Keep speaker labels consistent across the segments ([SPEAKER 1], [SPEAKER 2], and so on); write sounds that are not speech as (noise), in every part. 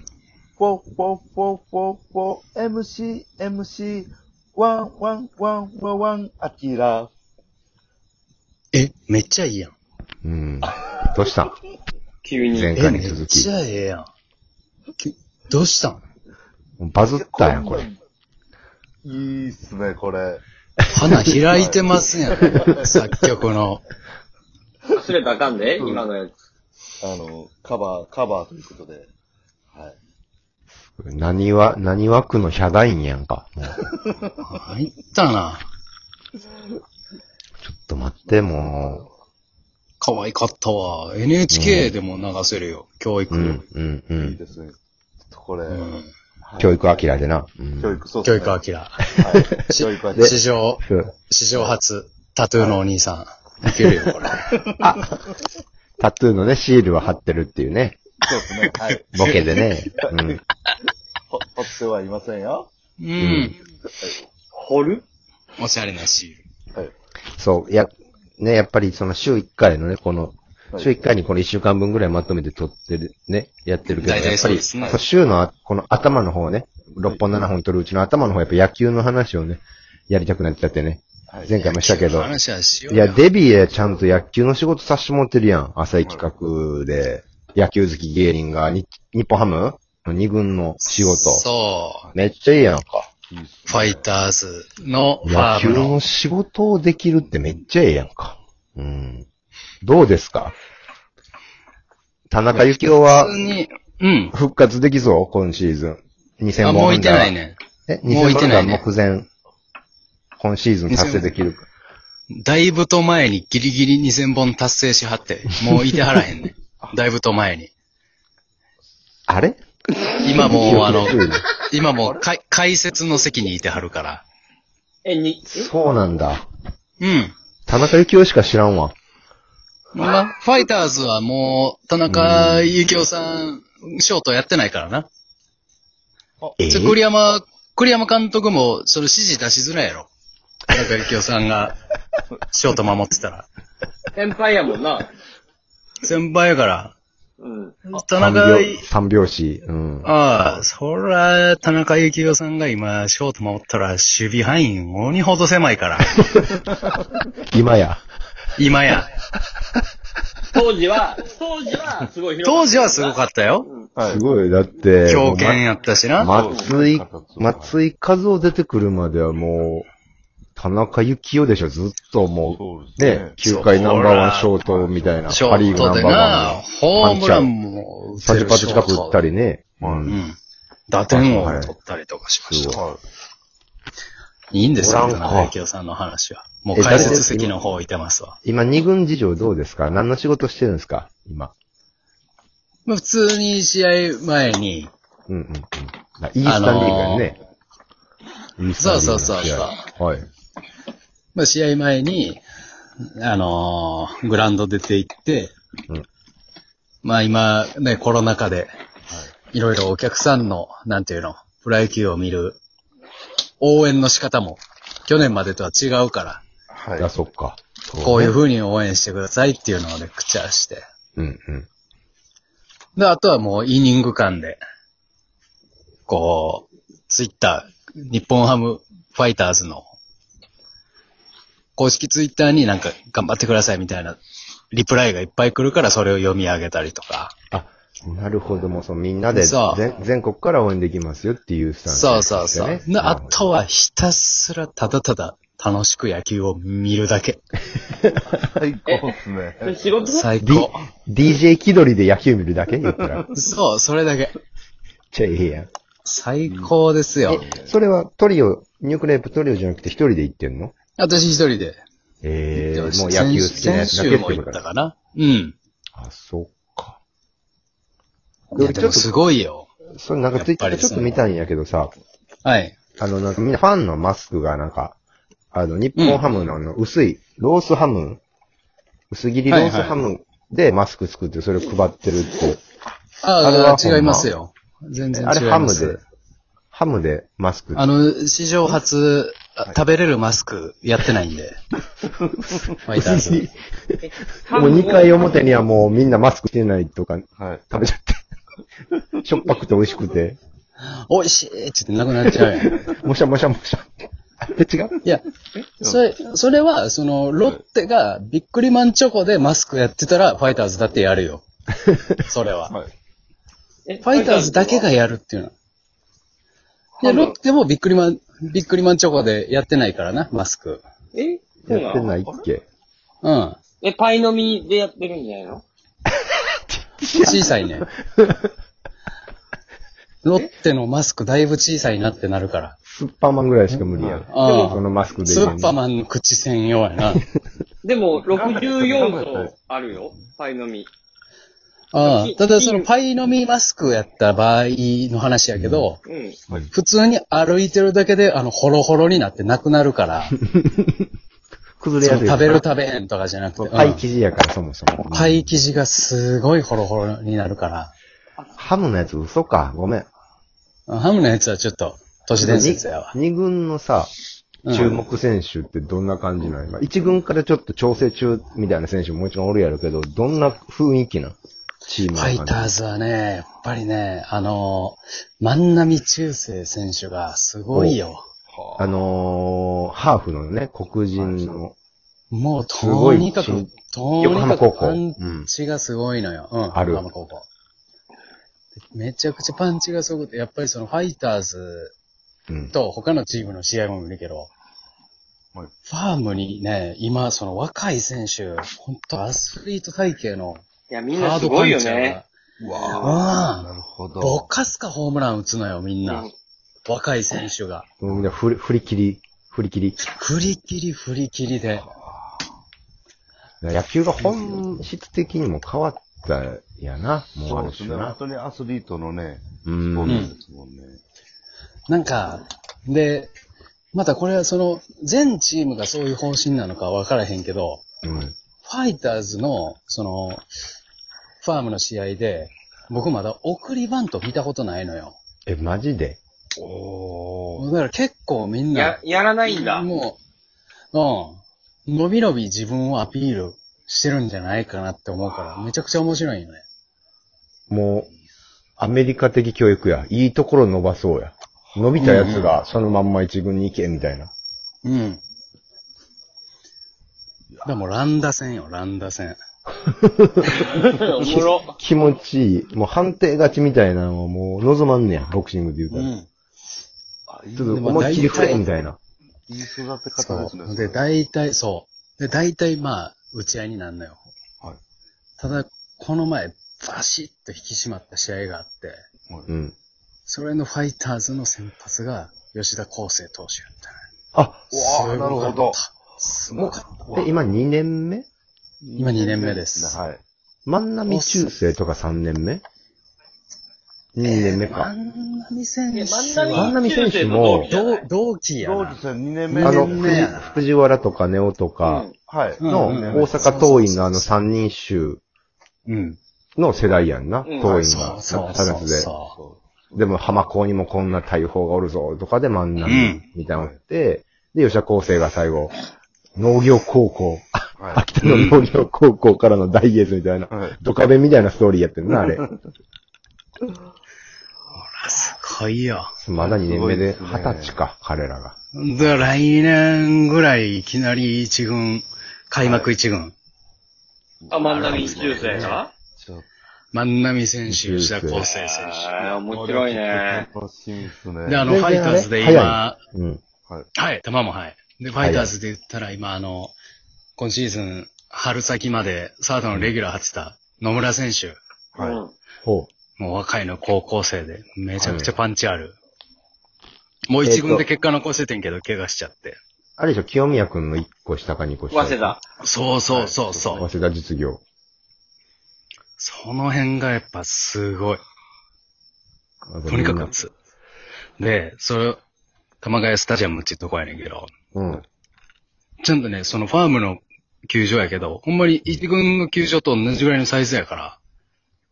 [SPEAKER 1] ォーフォーフォーフォーフォー MC、MC、ワンワンワンワンワン、アキラ。
[SPEAKER 2] え、めっちゃいいやん。
[SPEAKER 3] うん。どうした
[SPEAKER 4] 急に。
[SPEAKER 3] 前
[SPEAKER 2] え、
[SPEAKER 3] 回
[SPEAKER 2] め
[SPEAKER 3] に
[SPEAKER 2] っ
[SPEAKER 3] 続
[SPEAKER 2] ち
[SPEAKER 3] き。
[SPEAKER 2] ゃええやん。きどうしたん
[SPEAKER 3] バズったやん、これ。
[SPEAKER 1] いいっすね、これ。
[SPEAKER 2] 花開いてますやん。
[SPEAKER 3] (laughs)
[SPEAKER 2] 作曲の。
[SPEAKER 4] 忘れたらあかんで、今のやつ。
[SPEAKER 1] あの、カバー、カバーということで。はい。
[SPEAKER 3] 何は、何枠のヒャダインやんか。もうちょ
[SPEAKER 2] 入ったな。
[SPEAKER 3] っと待って、も
[SPEAKER 2] 可愛かったわ。NHK でも流せるよ。教育。
[SPEAKER 3] う。うん、うん、う
[SPEAKER 1] いい
[SPEAKER 3] ん。
[SPEAKER 1] ですね。ちょっとこれ、
[SPEAKER 2] うん
[SPEAKER 3] 教育は嫌いでな。うん。
[SPEAKER 1] 教育、そう
[SPEAKER 2] 教育ア
[SPEAKER 1] は
[SPEAKER 2] キラ。
[SPEAKER 1] い。教育は嫌い
[SPEAKER 2] 史上、史上初、タトゥーのお兄さん。いけるよ、これ。
[SPEAKER 3] タトゥーのね、シールは貼ってるっていうね。
[SPEAKER 1] そうですね。はい。
[SPEAKER 3] ボケでね。うん。
[SPEAKER 1] ほ、ほってはいませんよ。
[SPEAKER 2] うん。
[SPEAKER 4] 掘る
[SPEAKER 2] おしゃれなシ
[SPEAKER 1] はい。
[SPEAKER 3] そう、いや、ね、やっぱりその週1回のね、この、週1回にこの1週間分ぐらいまとめて撮ってる、ね、やってるけど、
[SPEAKER 2] 大体
[SPEAKER 3] やっぱ
[SPEAKER 2] そ
[SPEAKER 3] り、
[SPEAKER 2] うですね
[SPEAKER 3] そう週のあ、この頭の方ね、6本7本撮るうちの頭の方、やっぱ野球の話をね、やりたくなっちゃってね。
[SPEAKER 1] はい
[SPEAKER 3] 前回もしたけ
[SPEAKER 2] ール。
[SPEAKER 3] ど。
[SPEAKER 2] 話はしよ
[SPEAKER 3] いう
[SPEAKER 2] よ。
[SPEAKER 3] や、デビーへちゃんと野球の仕事さしてもらってるやん。浅い企画で、野球好き芸人がに、日本ハムの2軍の仕事。
[SPEAKER 2] そう。
[SPEAKER 3] めっちゃいいやんか。
[SPEAKER 2] ファイターズのファ
[SPEAKER 3] 野
[SPEAKER 2] ー
[SPEAKER 3] 球
[SPEAKER 2] ムの
[SPEAKER 3] の仕事をできるってめっちゃええやんか。うん。どうですか田中幸雄
[SPEAKER 2] 普通
[SPEAKER 3] は
[SPEAKER 2] に、うん。
[SPEAKER 3] 復活できそう今シーズン。2000
[SPEAKER 2] あ、
[SPEAKER 3] 本
[SPEAKER 2] もういてない
[SPEAKER 3] ね。
[SPEAKER 2] ね。
[SPEAKER 3] え、
[SPEAKER 2] もう
[SPEAKER 3] 2000
[SPEAKER 2] いて
[SPEAKER 3] 本
[SPEAKER 2] ない
[SPEAKER 3] 台
[SPEAKER 2] ね
[SPEAKER 3] 目前。今シーズン達成できるか。
[SPEAKER 2] だいぶと前にギリギリ2000本達成しはって、もういてはらへん
[SPEAKER 3] (laughs)
[SPEAKER 2] ね。だいぶと前に。
[SPEAKER 3] あれ
[SPEAKER 2] 今もう、あの
[SPEAKER 3] 記、憶が
[SPEAKER 2] 今もうかい解説の席にいてはるから。
[SPEAKER 4] え、に、
[SPEAKER 3] 古いそうなんだ。
[SPEAKER 2] うん。
[SPEAKER 3] 田中幸雄しか知らんわ。
[SPEAKER 2] まあ、ファイターズはもう、田中幸雄さん、ショートやってないからな。
[SPEAKER 3] え
[SPEAKER 2] ちょ栗山、栗山監督も、その指示出しづらいやろ。田中幸雄さんが、ショート守ってた
[SPEAKER 3] (laughs)
[SPEAKER 2] ら。
[SPEAKER 4] 先輩やもんな。
[SPEAKER 2] 先輩やから、
[SPEAKER 4] うん。
[SPEAKER 2] 田
[SPEAKER 3] 三
[SPEAKER 2] 中、
[SPEAKER 3] 拍三拍子。うん。
[SPEAKER 2] ああ、そら、田中幸雄さんが今、ショート守ったら、守備範囲鬼ほど狭い
[SPEAKER 3] (laughs)
[SPEAKER 2] から、
[SPEAKER 3] 今や。
[SPEAKER 2] 今や。
[SPEAKER 4] 当時は、当時は、すごい広
[SPEAKER 2] 当
[SPEAKER 4] かっ
[SPEAKER 2] 時はすごかったよ。
[SPEAKER 1] はい
[SPEAKER 3] すごい。だって。
[SPEAKER 2] 強肩やったしな。
[SPEAKER 3] 松井、松井和夫出てくるまではもう、田中幸雄でしょ、ずっとも
[SPEAKER 1] そう
[SPEAKER 3] う、ね、球界ナンバーワンショートみたいな、
[SPEAKER 2] ショ
[SPEAKER 3] パリー
[SPEAKER 2] ー
[SPEAKER 3] グナ
[SPEAKER 2] ト
[SPEAKER 3] ン
[SPEAKER 2] で
[SPEAKER 3] バー
[SPEAKER 2] な
[SPEAKER 3] ワン、
[SPEAKER 2] ホームランも打て
[SPEAKER 3] 30
[SPEAKER 2] る
[SPEAKER 3] 発近く打った
[SPEAKER 2] り。
[SPEAKER 3] りね。
[SPEAKER 2] う
[SPEAKER 3] うん
[SPEAKER 2] ん。打点王取ったりとかしまし
[SPEAKER 3] す
[SPEAKER 2] た。
[SPEAKER 1] はい
[SPEAKER 2] いんですよ、
[SPEAKER 3] おらん
[SPEAKER 2] 田
[SPEAKER 3] か
[SPEAKER 2] 中幸雄さんの話は。もう解説席の方いてますわ。
[SPEAKER 3] 今、二軍事情どうですか何の仕事してるんですか今。
[SPEAKER 2] まあ普通に試合前に、
[SPEAKER 3] うんうんうん。あイースタンリーグやね。イースタンリーグの試合
[SPEAKER 2] そうそうそう
[SPEAKER 3] はい。
[SPEAKER 2] まあ、試合前に、あのーグラウンド出て行って、
[SPEAKER 3] うん
[SPEAKER 2] まあ今、ね、コロナ禍で、いろいろお客さんの、なんていうの、プロ野球を見る、応援の仕方も、去年までとは違うから、
[SPEAKER 3] いや、そっか。そね
[SPEAKER 2] こういう風に応援してくださいっていうのをレクチャーして。
[SPEAKER 3] うんうん。
[SPEAKER 2] で、あとはもうイニング間で、こう、ツイッター、日本ハムファイターズの、公式ツイッターになんか頑張ってくださいみたいな、リプライがいっぱい来るからそれを読み上げたりとか。
[SPEAKER 3] あ、なるほど。もう、そのみんなで
[SPEAKER 2] そう
[SPEAKER 3] 全、全国から応援できますよっていうスタンス、
[SPEAKER 2] そうそうそう。
[SPEAKER 3] ね
[SPEAKER 2] なあとはひたすらただただ楽しく野球を見るだけ。
[SPEAKER 1] 最高っすね。
[SPEAKER 4] た。仕事
[SPEAKER 2] 最
[SPEAKER 3] D
[SPEAKER 2] 高。
[SPEAKER 3] DJ 気取りで野球見るだけ言ったら。めっ
[SPEAKER 2] そう、それだけ。
[SPEAKER 3] ちゃええやん。
[SPEAKER 2] 最高ですよ。
[SPEAKER 3] え、それはトリオ、ニュークレープトリオじゃなくて一人で行ってんの
[SPEAKER 2] 私一人で。
[SPEAKER 3] ええ
[SPEAKER 2] でも
[SPEAKER 3] もう野球好きなやつだ
[SPEAKER 2] 先週
[SPEAKER 3] けっ
[SPEAKER 2] も
[SPEAKER 3] て
[SPEAKER 2] 行
[SPEAKER 3] こ
[SPEAKER 2] っ
[SPEAKER 3] と
[SPEAKER 2] た
[SPEAKER 3] だ。
[SPEAKER 2] かな。うん。
[SPEAKER 3] あ、そっか。
[SPEAKER 2] いや、でもすごいよ。
[SPEAKER 3] それなんかツイッターでちょっと見たんやけどさ、
[SPEAKER 2] はい。
[SPEAKER 3] あの、なんかみんなファンのマスクがなんか、あの、日本ハムのあの、薄い、ロースハム、薄切りロースハムでマスク作ってそれを配ってるって、あ
[SPEAKER 2] あ
[SPEAKER 3] れは
[SPEAKER 2] あ、
[SPEAKER 3] ほんま
[SPEAKER 2] 違いますよ。全然違い
[SPEAKER 3] あ
[SPEAKER 2] ます。
[SPEAKER 3] れハムで、ハムでマスク。
[SPEAKER 2] あの、史上初、あ食べれるマスクやってないんで。 (laughs) ファイ
[SPEAKER 3] (laughs)
[SPEAKER 2] ターズ。
[SPEAKER 3] もう2回表にはもうみんなマスクしてないとか、
[SPEAKER 1] はい。
[SPEAKER 3] 食べちゃっ
[SPEAKER 2] (laughs)
[SPEAKER 3] て。しょっぱくて美味しくて、
[SPEAKER 2] (laughs) 美味しいって言ってなくなっちゃうやん。 (laughs) い
[SPEAKER 3] もしゃもしゃもしゃって。あれ違う
[SPEAKER 2] や、それ、それは、その、ロッテがビックリマンチョコでマスクやってたら、ファイターズだってやる
[SPEAKER 3] (laughs)
[SPEAKER 2] よ。それは。
[SPEAKER 5] はい。
[SPEAKER 4] え
[SPEAKER 2] ファイターズだけがやるっていうの。いや、ロッテもビックリマン、ビックリマンチョコでやってないからな、マスク。
[SPEAKER 4] えそう
[SPEAKER 3] やって
[SPEAKER 4] なの
[SPEAKER 3] ないっけ
[SPEAKER 2] うん。
[SPEAKER 4] え、パイのみでやってるんじゃないの
[SPEAKER 2] 小さ
[SPEAKER 3] (laughs)
[SPEAKER 2] いね。ロッテのマスクだいぶ小さいなってなるから。
[SPEAKER 3] スッパーマンぐらいしか無理やん。
[SPEAKER 2] ああ
[SPEAKER 3] そのマスクで
[SPEAKER 2] ス
[SPEAKER 3] いいの
[SPEAKER 2] ー
[SPEAKER 3] に
[SPEAKER 2] パーマンの口専用や
[SPEAKER 3] (laughs)
[SPEAKER 2] な。
[SPEAKER 4] でも、64層あるよ。パイのみ。
[SPEAKER 2] ああただそのパイのみマスクやった場合の話やけど、
[SPEAKER 4] うん。
[SPEAKER 2] 普通に歩いてるだけで、あの、ホロホロになってなくなるから、
[SPEAKER 3] 崩れ
[SPEAKER 2] そ
[SPEAKER 3] や
[SPEAKER 2] の
[SPEAKER 3] すい。
[SPEAKER 2] 食べる食べへんとかじゃなくて、
[SPEAKER 3] パ
[SPEAKER 2] う
[SPEAKER 3] イ
[SPEAKER 2] ん
[SPEAKER 3] 生地やから、そもそも。
[SPEAKER 2] パイ生地がすごいホロホロになるから、
[SPEAKER 3] ハムのやつ嘘か。ごめん。
[SPEAKER 2] ハムのやつはちょっと、都市伝説やわ。
[SPEAKER 3] 二軍のさ、
[SPEAKER 2] うん
[SPEAKER 3] 注目選手ってどんな感じなん、まあ一軍からちょっと調整中みたいな選手ももちろんおるやろうけど、どんな雰囲気なんチーム
[SPEAKER 2] フ
[SPEAKER 3] の
[SPEAKER 2] ァ
[SPEAKER 3] 感
[SPEAKER 2] イ
[SPEAKER 3] じ
[SPEAKER 2] ターズはね、やっぱりね、あの、万波中世選手がすごいよ。
[SPEAKER 3] あのー、ハーフのね、黒人の、
[SPEAKER 2] もう、
[SPEAKER 3] すご
[SPEAKER 2] と
[SPEAKER 3] い
[SPEAKER 2] にか
[SPEAKER 3] チーム
[SPEAKER 2] く、とに
[SPEAKER 3] 横
[SPEAKER 2] か
[SPEAKER 3] 浜高
[SPEAKER 2] く
[SPEAKER 3] 校
[SPEAKER 2] パンチがすごいのよ。うん、
[SPEAKER 3] ある
[SPEAKER 2] 横浜高校。めちゃくちゃパンチがすごくて、やっぱりそのファイターズ
[SPEAKER 3] うん。
[SPEAKER 2] と他のチームの試合も見るけど、
[SPEAKER 5] はい
[SPEAKER 2] ファームにね、今、その若い選手、本当アスリート体系の
[SPEAKER 4] いや、みん
[SPEAKER 2] ハ
[SPEAKER 4] な
[SPEAKER 2] ー
[SPEAKER 4] す
[SPEAKER 2] ドパ
[SPEAKER 4] ごい
[SPEAKER 2] ン
[SPEAKER 4] よ
[SPEAKER 2] チャー
[SPEAKER 4] ね
[SPEAKER 2] が。、
[SPEAKER 5] うわ
[SPEAKER 2] わ
[SPEAKER 5] あ
[SPEAKER 2] あ
[SPEAKER 5] なるほど。
[SPEAKER 2] ぼかすかホームラン打つのよ、みんな。若い選手が。
[SPEAKER 3] もうみんな振り振り切り、振り切り。
[SPEAKER 2] 振り切り振り切りで。
[SPEAKER 3] 野球が本質的にも変わったやな、もう
[SPEAKER 5] そ
[SPEAKER 3] あ
[SPEAKER 5] う
[SPEAKER 3] る
[SPEAKER 5] です
[SPEAKER 3] 種
[SPEAKER 5] ね。本
[SPEAKER 3] な。
[SPEAKER 5] 当にアスリートのね、
[SPEAKER 3] う
[SPEAKER 5] スポ
[SPEAKER 3] ん。
[SPEAKER 5] ーツですもんね。
[SPEAKER 2] なんか、で、またこれはその、全チームがそういう方針なのかわからへんけど、
[SPEAKER 3] うん。
[SPEAKER 2] ファイターズの、その、ファームの試合で、僕まだ送りバント見たことないのよ。
[SPEAKER 3] え、マジで
[SPEAKER 5] お
[SPEAKER 2] だから結構みん
[SPEAKER 4] や
[SPEAKER 2] な、、
[SPEAKER 4] やらないんだ。
[SPEAKER 2] もう、うん、伸び伸び自分をアピールしてるんじゃないかなって思うから、めちゃくちゃ面白いよね。
[SPEAKER 3] もう、アメリカ的教育や。いいところ伸ばそうや。伸びたやつがそのまんま一軍に行け、みたいな。
[SPEAKER 2] うん。でも、ランダ戦よ、ランダ戦。
[SPEAKER 4] (laughs) おも
[SPEAKER 2] (laughs)
[SPEAKER 4] ろ。
[SPEAKER 3] 気持ちいい。もう判定勝ちみたいなのはもう望まんねや、ボクシングで言うたら。
[SPEAKER 2] ん。
[SPEAKER 5] あいい
[SPEAKER 3] ちょっと思いっきり振れ、みたいな。
[SPEAKER 5] いい育て方
[SPEAKER 2] そ
[SPEAKER 5] ですね。
[SPEAKER 2] う。で、大体、そう。で、大体、まあ、打ち合いになるのよ。
[SPEAKER 5] はい
[SPEAKER 2] ただ、この前、バシッと引き締まった試合があって、
[SPEAKER 3] うん。
[SPEAKER 2] それのファイターズの先発が、吉田康生投手やったのよ
[SPEAKER 3] あ、
[SPEAKER 5] うわあなるほど。
[SPEAKER 2] すごかった。すごかった。
[SPEAKER 3] え、今2年目
[SPEAKER 2] 今二年目です
[SPEAKER 5] はい。
[SPEAKER 3] 万波中世とか3年目 ?2 年目か。
[SPEAKER 2] 万波選手
[SPEAKER 4] え
[SPEAKER 2] は
[SPEAKER 3] 万波選手も
[SPEAKER 2] 同同期や
[SPEAKER 5] ロー
[SPEAKER 2] な
[SPEAKER 5] ジ。さん2年
[SPEAKER 3] あ
[SPEAKER 5] 目
[SPEAKER 2] 二
[SPEAKER 3] の、
[SPEAKER 2] 年目
[SPEAKER 3] 藤
[SPEAKER 2] やな
[SPEAKER 3] 藤原とかネオと
[SPEAKER 4] う
[SPEAKER 3] か
[SPEAKER 4] ん
[SPEAKER 5] はい。
[SPEAKER 3] の
[SPEAKER 2] うんうんうん
[SPEAKER 3] 大阪桐蔭のあの3人衆
[SPEAKER 2] うん。
[SPEAKER 3] の世代やんな、
[SPEAKER 4] うん
[SPEAKER 3] 桐蔭
[SPEAKER 2] そう
[SPEAKER 3] が。
[SPEAKER 2] そう
[SPEAKER 3] 高
[SPEAKER 2] そう
[SPEAKER 3] 松で。
[SPEAKER 2] そ
[SPEAKER 3] でも浜高にもこんな大砲がおるぞ、とかで万波みたいなのって、で、吉田高生が最後、農業高校、
[SPEAKER 5] は
[SPEAKER 3] 秋田の農業高校からの大エースみたいな、
[SPEAKER 5] い。はい。
[SPEAKER 3] ドカベンみたいなストーリーやってる
[SPEAKER 2] (laughs)
[SPEAKER 3] な、あれ。
[SPEAKER 2] う。すごいよ。
[SPEAKER 3] まだ2年目で
[SPEAKER 5] すごいですね
[SPEAKER 3] 20歳か、彼らが。
[SPEAKER 2] で、来年ぐらいいきなり一軍、開幕一軍。
[SPEAKER 4] あ、万波中世が
[SPEAKER 5] ちょっ
[SPEAKER 2] 万波選手、吉田康生選
[SPEAKER 4] えー、面白いね。
[SPEAKER 5] と楽しみです
[SPEAKER 2] 手。で、あ
[SPEAKER 5] ね。
[SPEAKER 2] の、ファ
[SPEAKER 3] 全然あれ
[SPEAKER 2] イターズで
[SPEAKER 3] 早
[SPEAKER 2] 今、
[SPEAKER 3] うん。
[SPEAKER 2] はい、球もはい。で、ファイターズで言ったら今、あの、今シーズン、春先まで、サードのレギュラー張ってた、野村選手。
[SPEAKER 5] は
[SPEAKER 4] う
[SPEAKER 5] い。
[SPEAKER 4] ん。
[SPEAKER 3] ほ
[SPEAKER 2] もう若いの高校生で、めちゃくちゃパンチある。もう一軍で結果残しててんけど、怪我しちゃって。
[SPEAKER 3] う。あれでしょ、清宮くんの1個下か2個下。
[SPEAKER 4] 早稲田。。
[SPEAKER 2] そうそうそうそ
[SPEAKER 3] 早
[SPEAKER 2] う。
[SPEAKER 3] 稲田実業。
[SPEAKER 2] その辺がやっぱすごい。とにかく熱。で、それ、玉ヶ谷スタジアムっていうとこやねんけど、
[SPEAKER 3] うん。
[SPEAKER 2] ちゃんとね、そのファームの球場やけど、ほんまに一軍の球場と同じぐらいのサイズやから、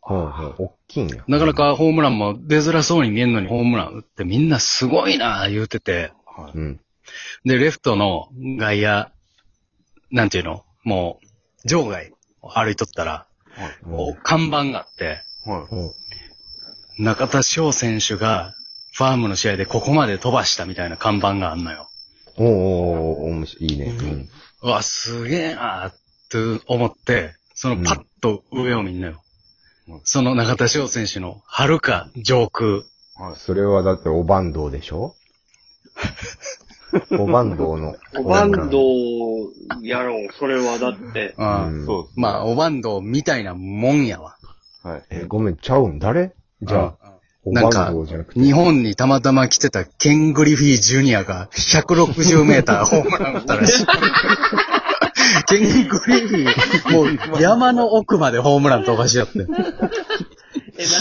[SPEAKER 3] ほうほう。おっきいんや。
[SPEAKER 2] なかなかホームランも出づらそうに見えんのにホームラン打ってみんなすごいなぁ言うてて、
[SPEAKER 5] はい。
[SPEAKER 3] うん。
[SPEAKER 2] で、レフトの外野、なんていうのもう、場外を歩いとったら、
[SPEAKER 5] はい。
[SPEAKER 2] こう看板があって、
[SPEAKER 5] はい。
[SPEAKER 3] ほう
[SPEAKER 2] 中田翔選手が、ファームの試合でここまで飛ばしたみたいな看板があんのよ。
[SPEAKER 3] おーおーおー面白い、いいね。うん。
[SPEAKER 2] うわ、すげえなーって思って、そのパッと上を見んのよ。
[SPEAKER 5] うん
[SPEAKER 2] その中田翔選手の遥か上空。
[SPEAKER 5] はい。
[SPEAKER 3] それはだって、おばんどうでし
[SPEAKER 2] (laughs)
[SPEAKER 3] ょおばんどうの。
[SPEAKER 4] おバンドやろう、それはだって。
[SPEAKER 3] う
[SPEAKER 2] うん
[SPEAKER 3] ん。
[SPEAKER 5] そうですね。
[SPEAKER 2] まあ、おバンドみたいなもんやわ。
[SPEAKER 5] はい。
[SPEAKER 3] え、ごめん、ちゃうん、誰じゃあ、お
[SPEAKER 2] なん
[SPEAKER 3] ばん
[SPEAKER 2] か
[SPEAKER 3] どうじゃなくて。
[SPEAKER 2] 日本にたまたま来てたケン・グリフィー・ジュニアが160メーターホームラン打ったら
[SPEAKER 3] (laughs)
[SPEAKER 2] しい。ケン・グリフィー、もう山の奥までホームラン飛ばしやって。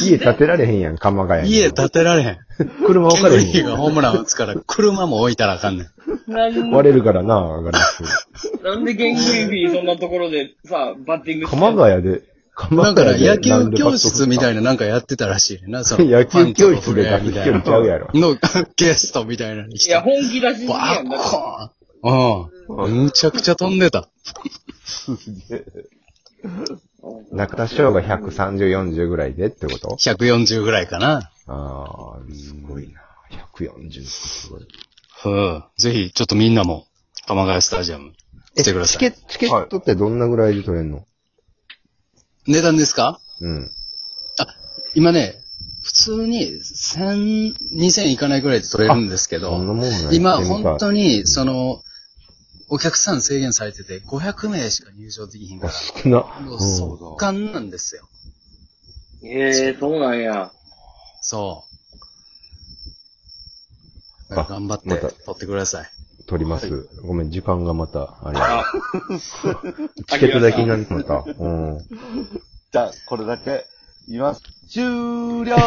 [SPEAKER 3] 家建てられへんやん、鎌ヶ谷に。
[SPEAKER 2] 家建てられへん。
[SPEAKER 3] 車分
[SPEAKER 2] ケン・
[SPEAKER 3] か
[SPEAKER 2] グ
[SPEAKER 3] れへ
[SPEAKER 2] リ
[SPEAKER 3] ん
[SPEAKER 2] フィー
[SPEAKER 3] や
[SPEAKER 2] が
[SPEAKER 3] ん。
[SPEAKER 2] ホームラン打つから車も置いたらあかんねん。
[SPEAKER 4] なん
[SPEAKER 3] 割れるからな、ガラス。
[SPEAKER 4] なんでゲンゲンビーそんなところでさ、バッティングしてんの
[SPEAKER 3] 鎌ヶ谷で、
[SPEAKER 2] だ
[SPEAKER 3] 鎌
[SPEAKER 2] か
[SPEAKER 3] ヶ
[SPEAKER 2] ら
[SPEAKER 3] 谷で。
[SPEAKER 2] 野球教室みた
[SPEAKER 3] い
[SPEAKER 2] いななんかやってたらしいねんな、その。
[SPEAKER 3] (laughs) 野球教室で出す距離ちゃうやろ
[SPEAKER 2] のゲストみたいなのに来
[SPEAKER 4] い
[SPEAKER 2] て
[SPEAKER 4] や、。本気出しすぎ
[SPEAKER 2] わ
[SPEAKER 4] や
[SPEAKER 2] あ、
[SPEAKER 4] ん。だって
[SPEAKER 2] こーん。うん。むちゃくちゃ飛んでた。
[SPEAKER 3] な。中田翔が130、40ぐらいでってこと
[SPEAKER 2] 140ぐらいかな。
[SPEAKER 3] ああ、すごいな。140ってすごい。
[SPEAKER 2] うん。ぜひ、ちょっとみんなも、鎌ヶ谷スタジアム、来てくださ
[SPEAKER 3] え
[SPEAKER 2] い。
[SPEAKER 3] チケチケットってどんなぐらいで取れんの、
[SPEAKER 2] 値段ですか
[SPEAKER 3] うん。
[SPEAKER 2] 今ね、普通に1000、2000いかないぐらいで取れるんですけ
[SPEAKER 3] そんな
[SPEAKER 2] ど、
[SPEAKER 3] もんない。
[SPEAKER 2] 今本当
[SPEAKER 3] に。
[SPEAKER 2] に、その、お客さん制限されてて、500名しか入場できひんから、
[SPEAKER 3] 少な。
[SPEAKER 2] もう
[SPEAKER 3] うん
[SPEAKER 2] 速乾なんですよ。
[SPEAKER 4] ええそうなんや。
[SPEAKER 2] そう。だから頑張って
[SPEAKER 3] また、
[SPEAKER 2] 取ってください。
[SPEAKER 3] 取ります。ごめん、時間がまた、あれ。
[SPEAKER 4] あ、
[SPEAKER 3] チケットだけになってしまった。うん。
[SPEAKER 5] じゃあ、これだけ、言います。
[SPEAKER 1] 終了